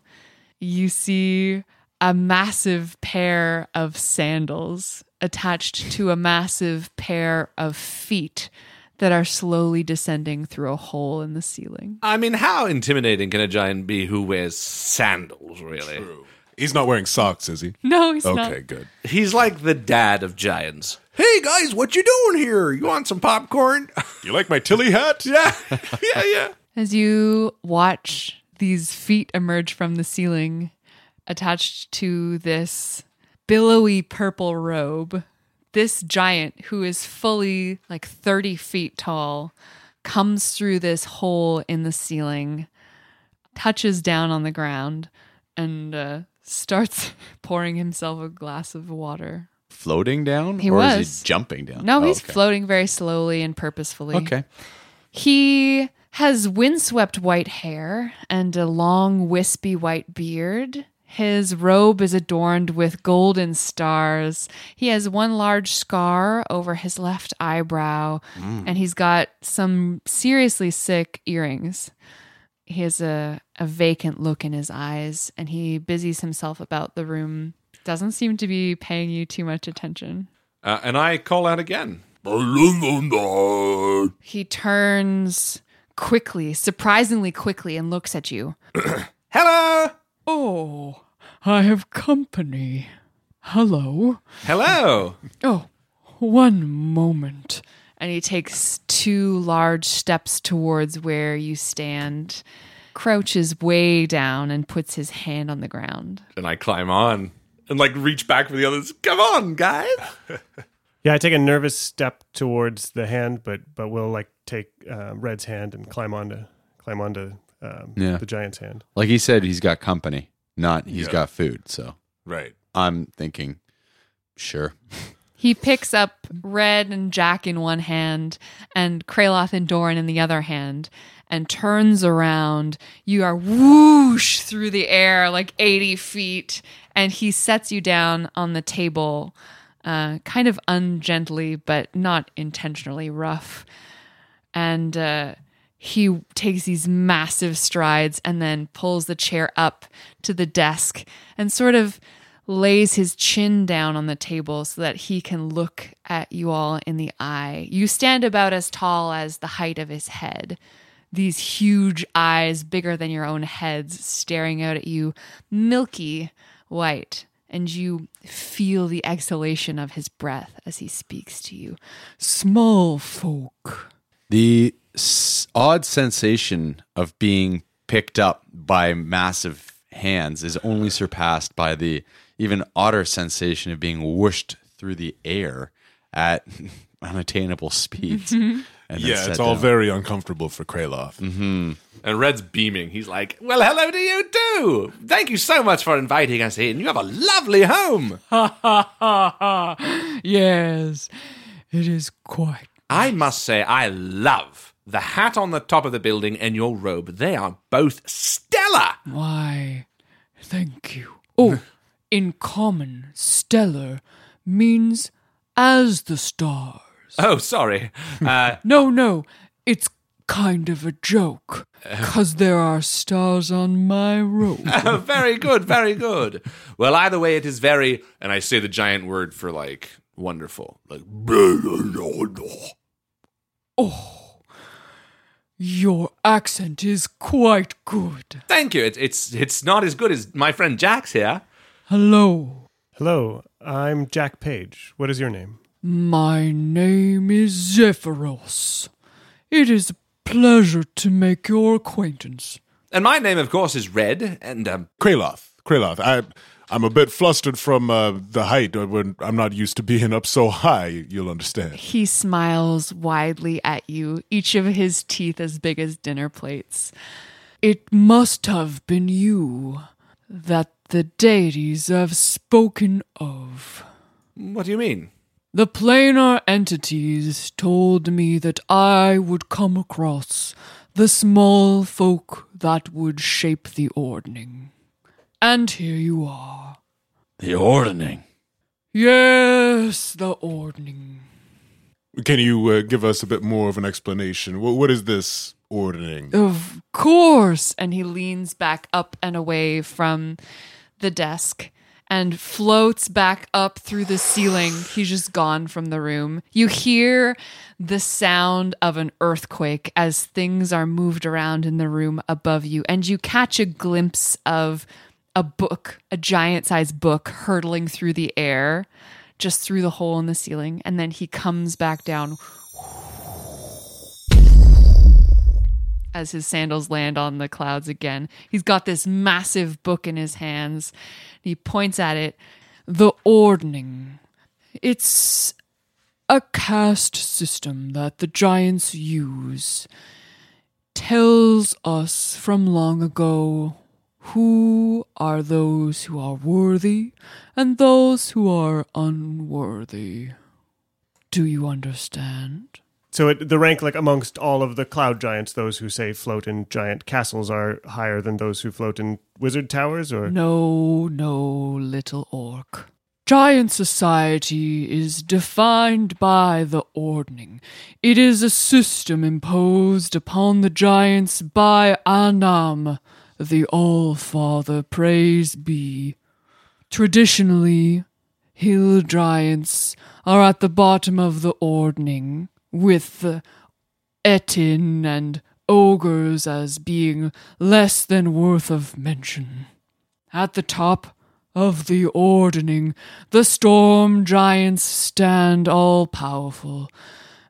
you see a massive pair of sandals attached to a massive pair of feet that are slowly descending through a hole in the ceiling.
I mean, how intimidating can a giant be who wears sandals, really?
He's not wearing socks, is he?
No, he's not.
okay, good.
He's like the dad of giants.
Hey guys, what you doing here? You want some popcorn?
You like my Tilly hat?
yeah, yeah, yeah.
As you watch these feet emerge from the ceiling, attached to this billowy purple robe, this giant who is fully like 30 feet tall comes through this hole in the ceiling, touches down on the ground, and uh, starts pouring himself a glass of water.
Floating down?
He
or is
was.
he jumping down?
No,
Oh,
he's
okay.
floating very slowly and purposefully.
Okay.
He has windswept white hair and a long, wispy white beard. His robe is adorned with golden stars. He has one large scar over his left eyebrow,
Mm.
and he's got some seriously sick earrings. He has a, a vacant look in his eyes, and he busies himself about the room. Doesn't seem to be paying you too much attention.
Uh, and I call out again.
He turns quickly, surprisingly quickly, and looks at you.
Hello!
Oh, I have company. Hello.
Hello.
Oh, one moment.
And he takes two large steps towards where you stand, crouches way down, and puts his hand on the ground.
And I climb on and like reach back for the others. Come on, guys.
Yeah, I take a nervous step towards the hand, but but we'll like take uh, Red's hand and climb onto climb onto um,
Yeah.
the giant's hand.
Like he said, he's got company, not he's
Yeah.
got food. So
right,
I'm thinking, sure.
He picks up Red and Jack in one hand and Kraloth and Doran in the other hand and turns around. You are whoosh through the air like 80 feet and he sets you down on the table, uh, kind of ungently, but not intentionally rough. And uh, he takes these massive strides and then pulls the chair up to the desk and sort of lays his chin down on the table so that he can look at you all in the eye. You stand about as tall as the height of his head. These huge eyes, bigger than your own heads, staring out at you, milky white. And you feel the exhalation of his breath as he speaks to you.
Small folk.
The s- odd sensation of being picked up by massive hands is only surpassed by the even odder sensation of being whooshed through the air at unattainable speeds.
Mhm.
And then
yeah, it's
set
all
down.
very uncomfortable for Kraloth.
Mhm.
And Red's beaming. He's like, Well, hello to you too. Thank you so much for inviting us in. You have a lovely home.
Ha ha ha ha. Yes, it is quite.
I must say, I love the hat on the top of the building and your robe. They are both stellar.
Why, thank you. Oh, in common, stellar means as the star.
Oh, sorry. Uh,
No, no, it's kind of a joke, because there are stars on my robe.
uh, very good, very good. Well, either way, it is very, and I say the giant word for like wonderful. Like,
Your accent is quite good.
thank you. It's it's it's not as good as my friend Jack's here.
Hello,
Hello, I'm Jack Page. What is your name?
my name is Zephyros. It is a pleasure to make your acquaintance.
And my name, of course, is Red. And um,
Kraloth, Kraloth, I, I'm a bit flustered from uh, the height. uh, when I'm not used to being up so high. You'll understand.
He smiles widely at you, each of his teeth as big as dinner plates.
It must have been you that the deities have spoken of.
What do you mean?
The planar entities told me that I would come across the small folk that would shape the ordning. And here you are.
The ordning.
Yes, the ordning.
Can you uh, give us a bit more of an explanation? What, what is this ordering?
Of
course.
And he leans back up and away from the desk and floats back up through the ceiling. He's just gone from the room. You hear the sound of an earthquake as things are moved around in the room above you, and you catch a glimpse of a book, a giant sized book, hurtling through the air, just through the hole in the ceiling. And then he comes back down as his sandals land on the clouds again. He's got this massive book in his hands. He points at it.
The Ordning. It's a caste system that the giants use. Tells us from long ago who are those who are worthy and those who are unworthy. Do you understand?
So it, the rank, like amongst all of the cloud giants, those who say float in giant castles are higher than those who float in wizard towers, or
No, no, little orc. Giant society is defined by the ordning. It is a system imposed upon the giants by Anam, the All Father, praise be. Traditionally, hill giants are at the bottom of the ordning, with the Etin and ogres as being less than worth of mention. At the top of the ordning, the storm giants stand all powerful,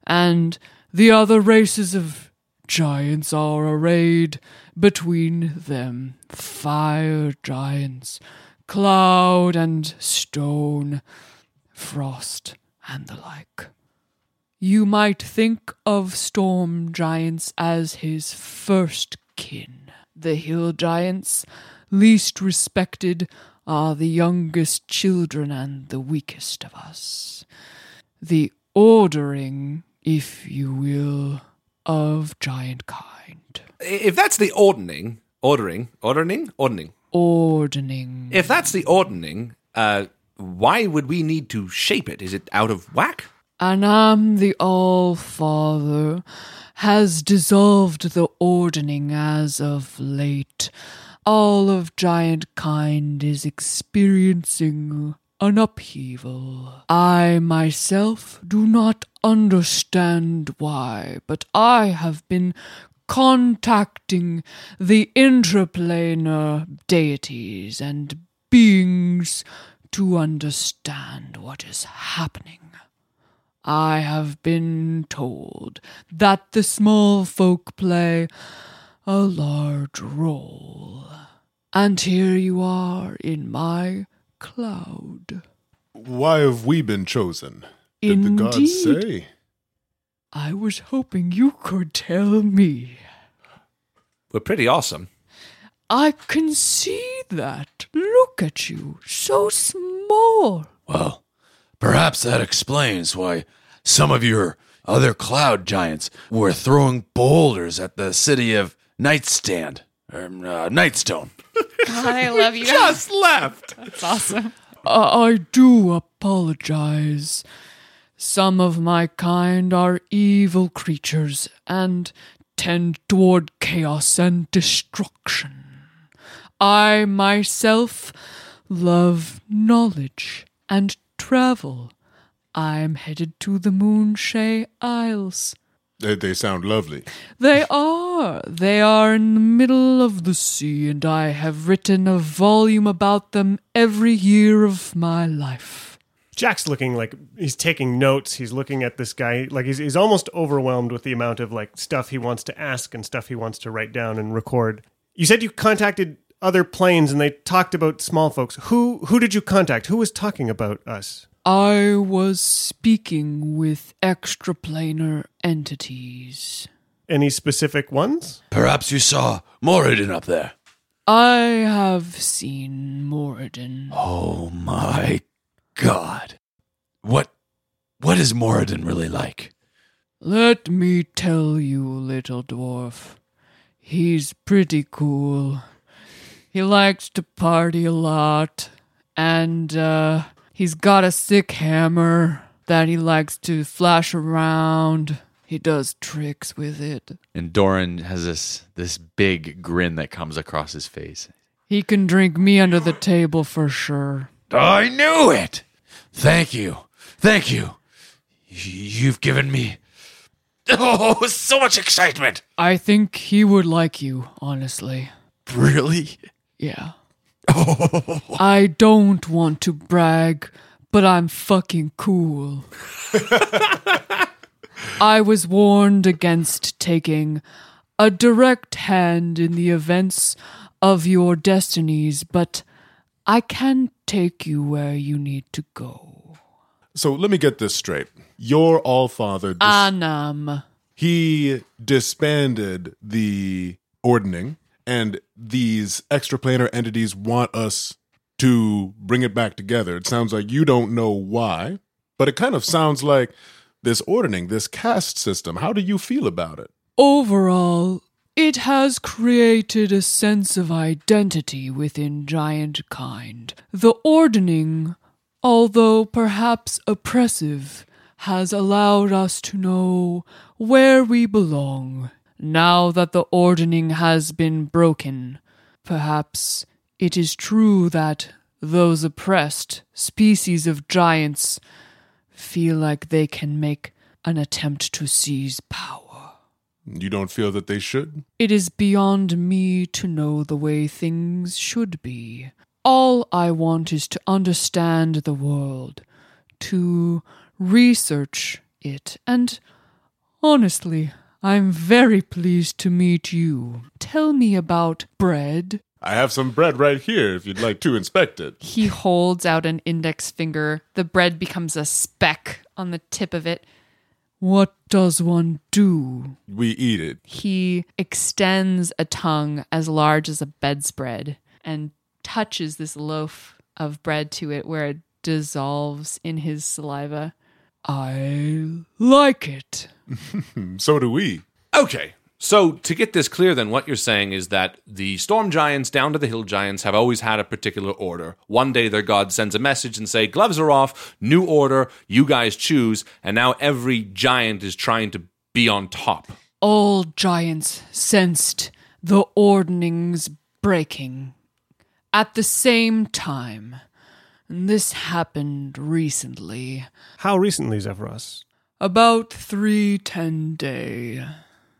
and the other races of giants are arrayed between them fire giants, cloud and stone, frost and the like. You might think of storm giants as his first kin. The hill giants, least respected, are the youngest children and the weakest of us. The ordering, if you will, of giant kind.
If that's the ordning, ordering, ordering, ordering,
Ordering.
if that's the ordning, uh, why would we need to shape it? Is it out of whack?
Anam the All Father has dissolved the ordning as of late. All of giant kind is experiencing an upheaval. I myself do not understand why, but I have been contacting the intraplanar deities and beings to understand what is happening. I have been told that the small folk play a large role. And here you are in my cloud.
Why have we been chosen? Did the gods
Indeed.
say?
I was hoping you could tell me.
We're pretty awesome.
I can see that. Look at you, so small.
Well, perhaps that explains why some of your other cloud giants were throwing boulders at the city of Nightstand, or uh, Nightstone.
God, I love you.
Just left.
That's awesome.
I I do apologize. Some of my kind are evil creatures and tend toward chaos and destruction. I myself love knowledge and travel. I'm headed to the Moonshay Isles.
They, they sound lovely.
They are. They are in the middle of the sea, and I have written a volume about them every year of my life.
Jack's looking like he's taking notes. He's looking at this guy like he's he's almost overwhelmed with the amount of like stuff he wants to ask and stuff he wants to write down and record. You said you contacted other planes and they talked about small folks. Who who did you contact? Who was talking about us?
I was speaking with extraplanar entities.
Any specific ones?
Perhaps you saw Moradin up there.
I have seen Moradin.
Oh my god. What what is Moradin really like?
Let me tell you, little dwarf. He's pretty cool. He likes to party a lot, and uh, he's got a sick hammer that he likes to flash around. He does tricks with it.
And Doran has this this big grin that comes across his face.
He can drink me under the table for sure.
I knew it. Thank you. Thank you. You've given me Oh, so much excitement.
I think he would like you, honestly.
Really?
Yeah. I don't want to brag, but I'm fucking cool. I was warned against taking a direct hand in the events of your destinies, but I can take you where you need to go.
So let me get this straight. Your All Father, dis-
Anam.
he disbanded the ordning, and these extraplanar entities want us to bring it back together. It sounds like you don't know why, but it kind of sounds like this ordning, this caste system. How do you feel about it?
Overall, it has created a sense of identity within giant kind. The ordning, although perhaps oppressive, has allowed us to know where we belong. Now that the ordning has been broken, perhaps it is true that those oppressed species of giants feel like they can make an attempt to seize power.
You don't feel that they should?
It is beyond me to know the way things should be. All I want is to understand the world, to research it, and honestly, I'm very pleased to meet you. Tell me about bread.
I have some bread right here if you'd like to inspect it.
He holds out an index finger. The bread becomes a speck on the tip of it.
What does one do?
We eat it.
He extends a tongue as large as a bedspread and touches this loaf of bread to it where it dissolves in his saliva.
I like it.
so do we.
Okay. So to get this clear, then what you're saying is that the storm giants down to the hill giants have always had a particular order. One day their god sends a message and say, "Gloves are off, new order, you guys choose." And now every giant is trying to be on top.
All giants sensed the ordnings breaking at the same time. And This happened recently.
How recently, Zephyros?
About 310 day.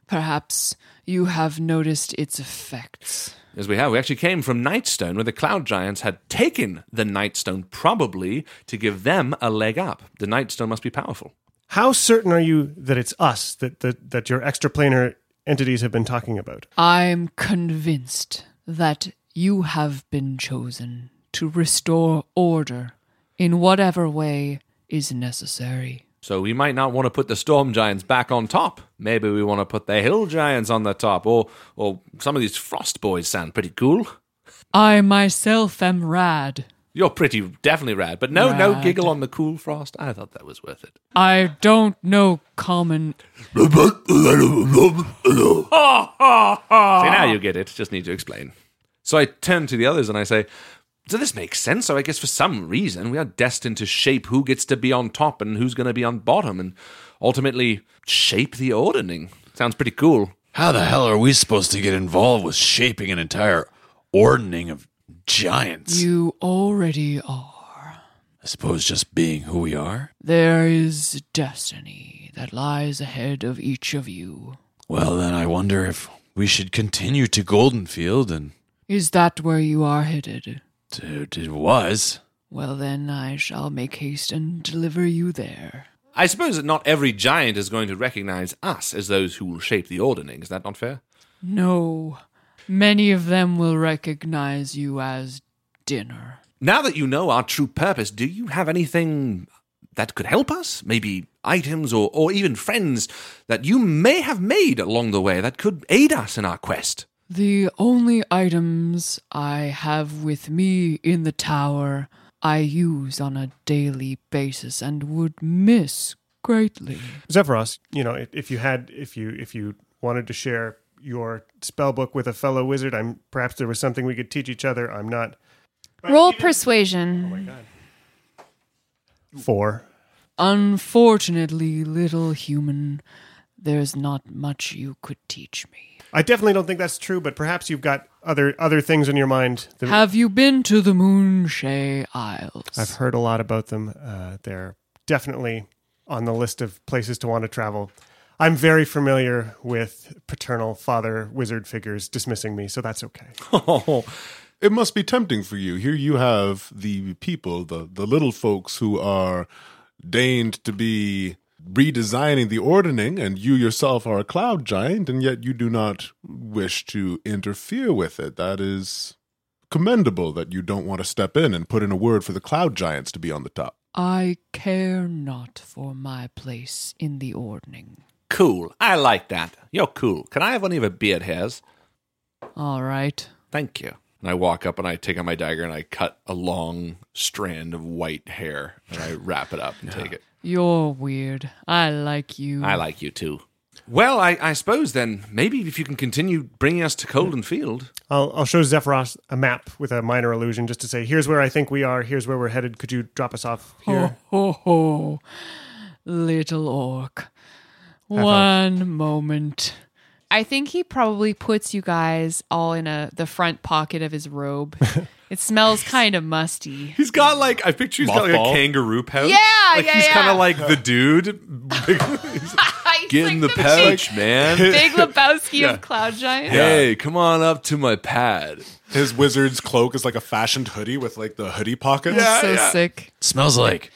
Perhaps you have noticed its effects.
As we have, we actually came from Nightstone, where the Cloud Giants had taken the Nightstone, probably to give them a leg up. The Nightstone must be powerful.
How certain are you that it's us that that, that your extraplanar entities have been talking about?
I'm convinced that you have been chosen to restore order in whatever way is necessary.
So we might not want to put the Storm Giants back on top. Maybe we want to put the Hill Giants on the top, or or some of these Frost Boys sound pretty cool.
I myself am rad.
You're pretty definitely rad, but no, no
Rad.
giggle on the cool Frost. I thought that was worth it.
I don't know common.
See, now you get it. Just need to explain. So I turn to the others and I say, So this makes sense. So I guess for some reason, we are destined to shape who gets to be on top and who's going to be on bottom and ultimately shape the ordering. Sounds pretty cool.
How the hell are we supposed to get involved with shaping an entire ordning of giants?
You already are.
I suppose just being who we are?
There is destiny that lies ahead of each of you.
Well, then I wonder if we should continue to Goldenfield and
Is that where you are headed?
it it was.
Well, then I shall make haste and deliver you there.
I suppose that not every giant is going to recognize us as those who will shape the ordering. Is that not fair?
No, many of them will recognize you as dinner.
Now that you know our true purpose, do you have anything that could help us? Maybe items or, or even friends that you may have made along the way that could aid us in our quest?
The only items I have with me in the tower I use on a daily basis and would miss greatly.
Zephyros, you know, if- if you had, if you if you wanted to share your spell book with a fellow wizard, I'm perhaps there was something we could teach each other. I'm not
Roll persuasion.
Oh
four.
Unfortunately, little human, there's not much you could teach me.
I definitely don't think that's true, but perhaps you've got other other things in your mind. That
Have you been to the Moonshay Isles?
I've heard a lot about them. Uh, they're definitely on the list of places to want to travel. I'm very familiar with paternal father wizard figures dismissing me, so that's okay.
Oh, it must be tempting for you. Here you have the people, the the little folks who are deigned to be redesigning the ordning, and you yourself are a cloud giant, and yet you do not wish to interfere with it. That is commendable that you don't want to step in and put in a word for the cloud giants to be on the top.
I care not for my place in the ordning.
Cool. I like that. You're cool. Can I have one of your beard hairs?
All right.
Thank you.
And I walk up and I take out my dagger and I cut a long strand of white hair and I wrap it up and take it.
You're weird. I like you.
I like you too. Well, I, I suppose then maybe if you can continue bringing us to Colden Field.
I'll, I'll show Zephyros a map with a minor illusion just to say, here's where I think we are, here's where we're headed. Could you drop us off here?
Ho, ho, ho. Little orc. One moment.
I think he probably puts you guys all in a the front pocket of his robe. it smells kind of musty.
He's got like I picture he's got like a
Mothball?
kangaroo pouch.
Yeah,
like
yeah,
He's
yeah.
kind of like the dude. Get in the, pouch, man.
Big Lebowski
Yeah.
of Cloud Giant.
Hey, come on up to my pad.
His wizard's cloak is like a fashioned hoodie with like the hoodie pockets.
That's so sick.
Smells like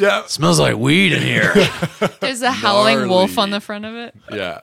yeah.
Smells like weed in here.
There's a howling wolf
Gnarly.
on the front of it.
yeah.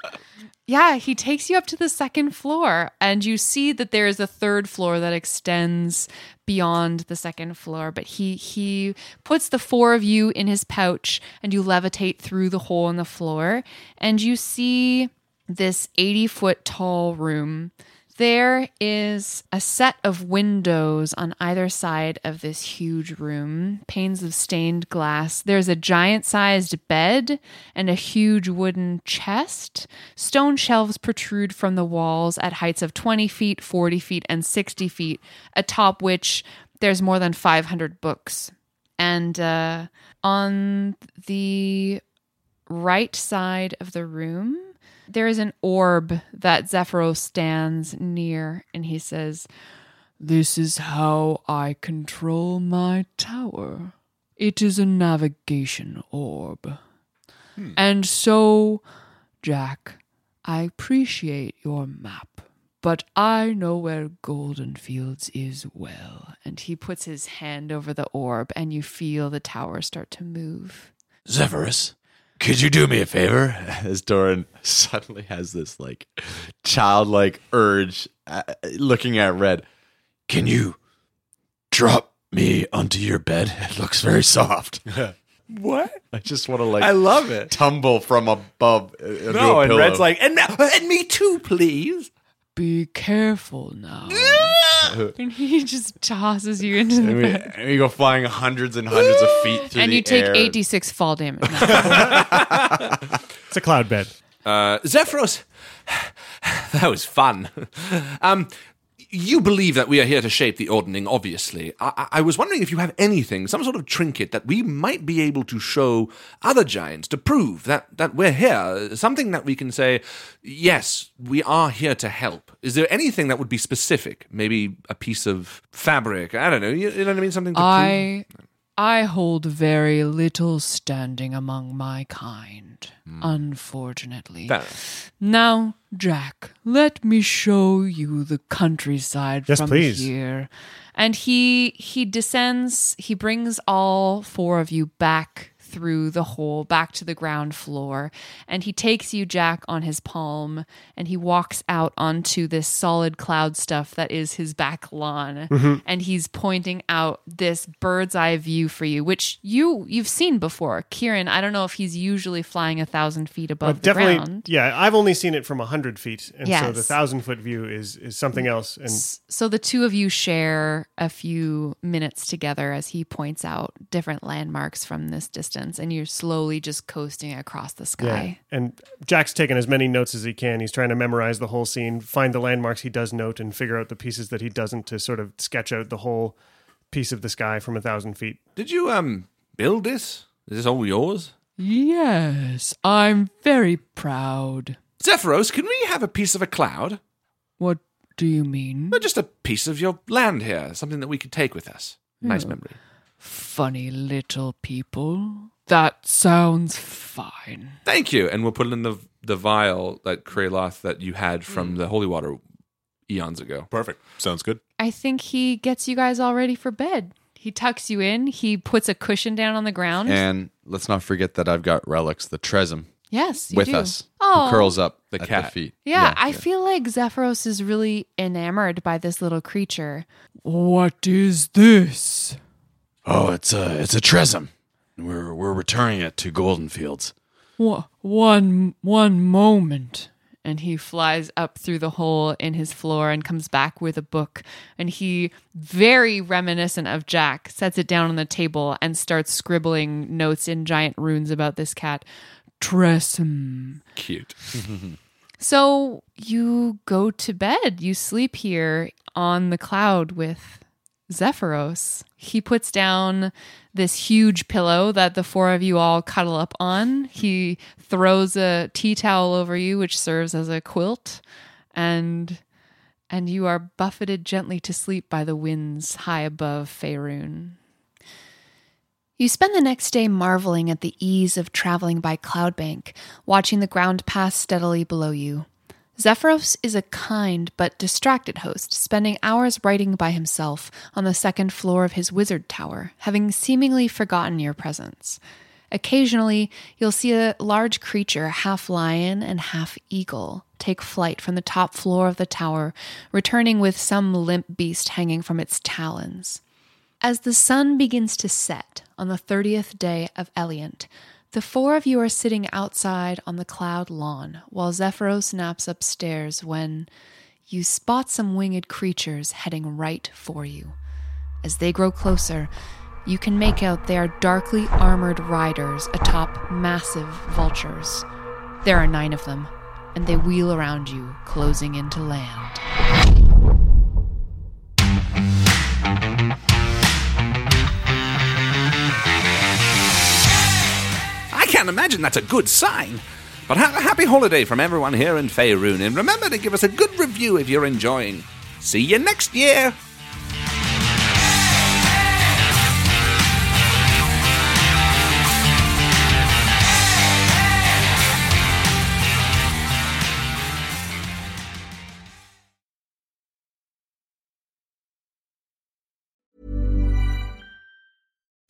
Yeah, he takes you up to the second floor, and you see that there is a third floor that extends beyond the second floor. But he he puts the four of you in his pouch, and you levitate through the hole in the floor, and you see this eighty foot tall room. There is a set of windows on either side of this huge room, panes of stained glass. There's a giant sized bed and a huge wooden chest. Stone shelves protrude from the walls at heights of 20 feet, 40 feet, and 60 feet, atop which there's more than 500 books. And uh, on the right side of the room, there is an orb that Zephyros stands near, and he says,
This is how I control my tower. It is a navigation orb.
Hmm.
And so, Jack, I appreciate your map, but I know where Golden Fields is well.
and he puts his hand over the orb, and you feel the tower start to move.
Zephyrus, could you do me a favor? As Doran suddenly has this like childlike urge uh, looking at Red. Can you drop me onto your bed? It looks very soft.
What?
I just want to like
I love it.
Tumble from above. uh, into a
No, and
pillow.
Red's like, and, and me too, please.
Be careful now.
And he just tosses you into the
and, we,
bed.
and we go flying hundreds and hundreds of feet through
And
the
you take
air.
86 fall damage.
It's a cloud bed.
Uh, Zephyros, that was fun. um, you believe that we are here to shape the ordning, obviously. I-, I- I was wondering if you have anything, some sort of trinket that we might be able to show other giants to prove that, that we're here. Something that we can say, yes, we are here to help. Is there anything that would be specific? Maybe a piece of fabric? I don't know. You, you know what I mean? Something to prove?
I I hold very little standing among my kind, unfortunately.
Hmm. Fair enough.
Now, Jack, let me show you the countryside
Yes,
from
please.
here.
and he he descends he brings all four of you back through the hole back to the ground floor and he takes you jack on his palm and he walks out onto this solid cloud stuff that is his back lawn
Mm-hmm.
Mhm.
and he's pointing out this bird's eye view for you which you you've seen before kieran i don't know if he's usually flying a thousand feet above
I've
the
definitely,
ground
yeah. I've only seen it from hundred feet, and so the
Yes. Mm.
thousand foot view is is something else. And
So the two of you share a few minutes together as he points out different landmarks from this distance, and you're slowly just coasting across the sky.
Yeah. And Jack's taking as many notes as he can. He's trying to memorize the whole scene, find the landmarks he does note, and figure out the pieces that he doesn't to sort of sketch out the whole piece of the sky from a thousand feet.
Did you um build this? Is this all yours?
Yes, I'm very proud.
Zephyros, can we have a piece of a cloud?
What do you mean?
But just a piece of your land here, something that we could take with us. Nice
Hmm.
memory.
Funny little people. That sounds fine.
Thank you. And we'll put it in the the vial that Kraloth that you had
Hmm.
from the holy water eons ago.
Perfect. Sounds good.
I think he gets you guys all ready for bed. He tucks you in. He puts a cushion down on the ground.
And let's not forget that I've got relics, the Trezum.
Yes, you
with
do.
us.
Oh.
who curls up the at the
cat.
feet.
yeah, I feel like Zephyros is really enamored by this little creature.
What is this?
Oh, it's a it's a Trezum. We're we're returning it to Golden Fields.
Wha- One one moment.
And he flies up through the hole in his floor and comes back with a book. And he, very reminiscent of Jack, sets it down on the table and starts scribbling notes in giant runes about this cat.
Tressum.
Cute.
So you go to bed. You sleep here on the cloud with Zephyros. He puts down this huge pillow that the four of you all cuddle up on. He throws a tea towel over you, which serves as a quilt, and and you are buffeted gently to sleep by the winds high above Faerun. You spend the next day marveling at the ease of traveling by cloudbank, watching the ground pass steadily below you. Zephyros is a kind but distracted host, spending hours writing by himself on the second floor of his wizard tower, having seemingly forgotten your presence. Occasionally, you'll see a large creature, half lion and half eagle, take flight from the top floor of the tower, returning with some limp beast hanging from its talons. As the sun begins to set on the 30th day of Eliant, the four of you are sitting outside on the cloud lawn while Zephyros naps upstairs when you spot some winged creatures heading right for you. As they grow closer, you can make out they are darkly armored riders atop massive vultures. There are nine of them, and they wheel around you, closing into land.
I can't imagine that's a good sign. But have a happy holiday from everyone here in Faerun, and remember to give us a good review if you're enjoying. See you next year!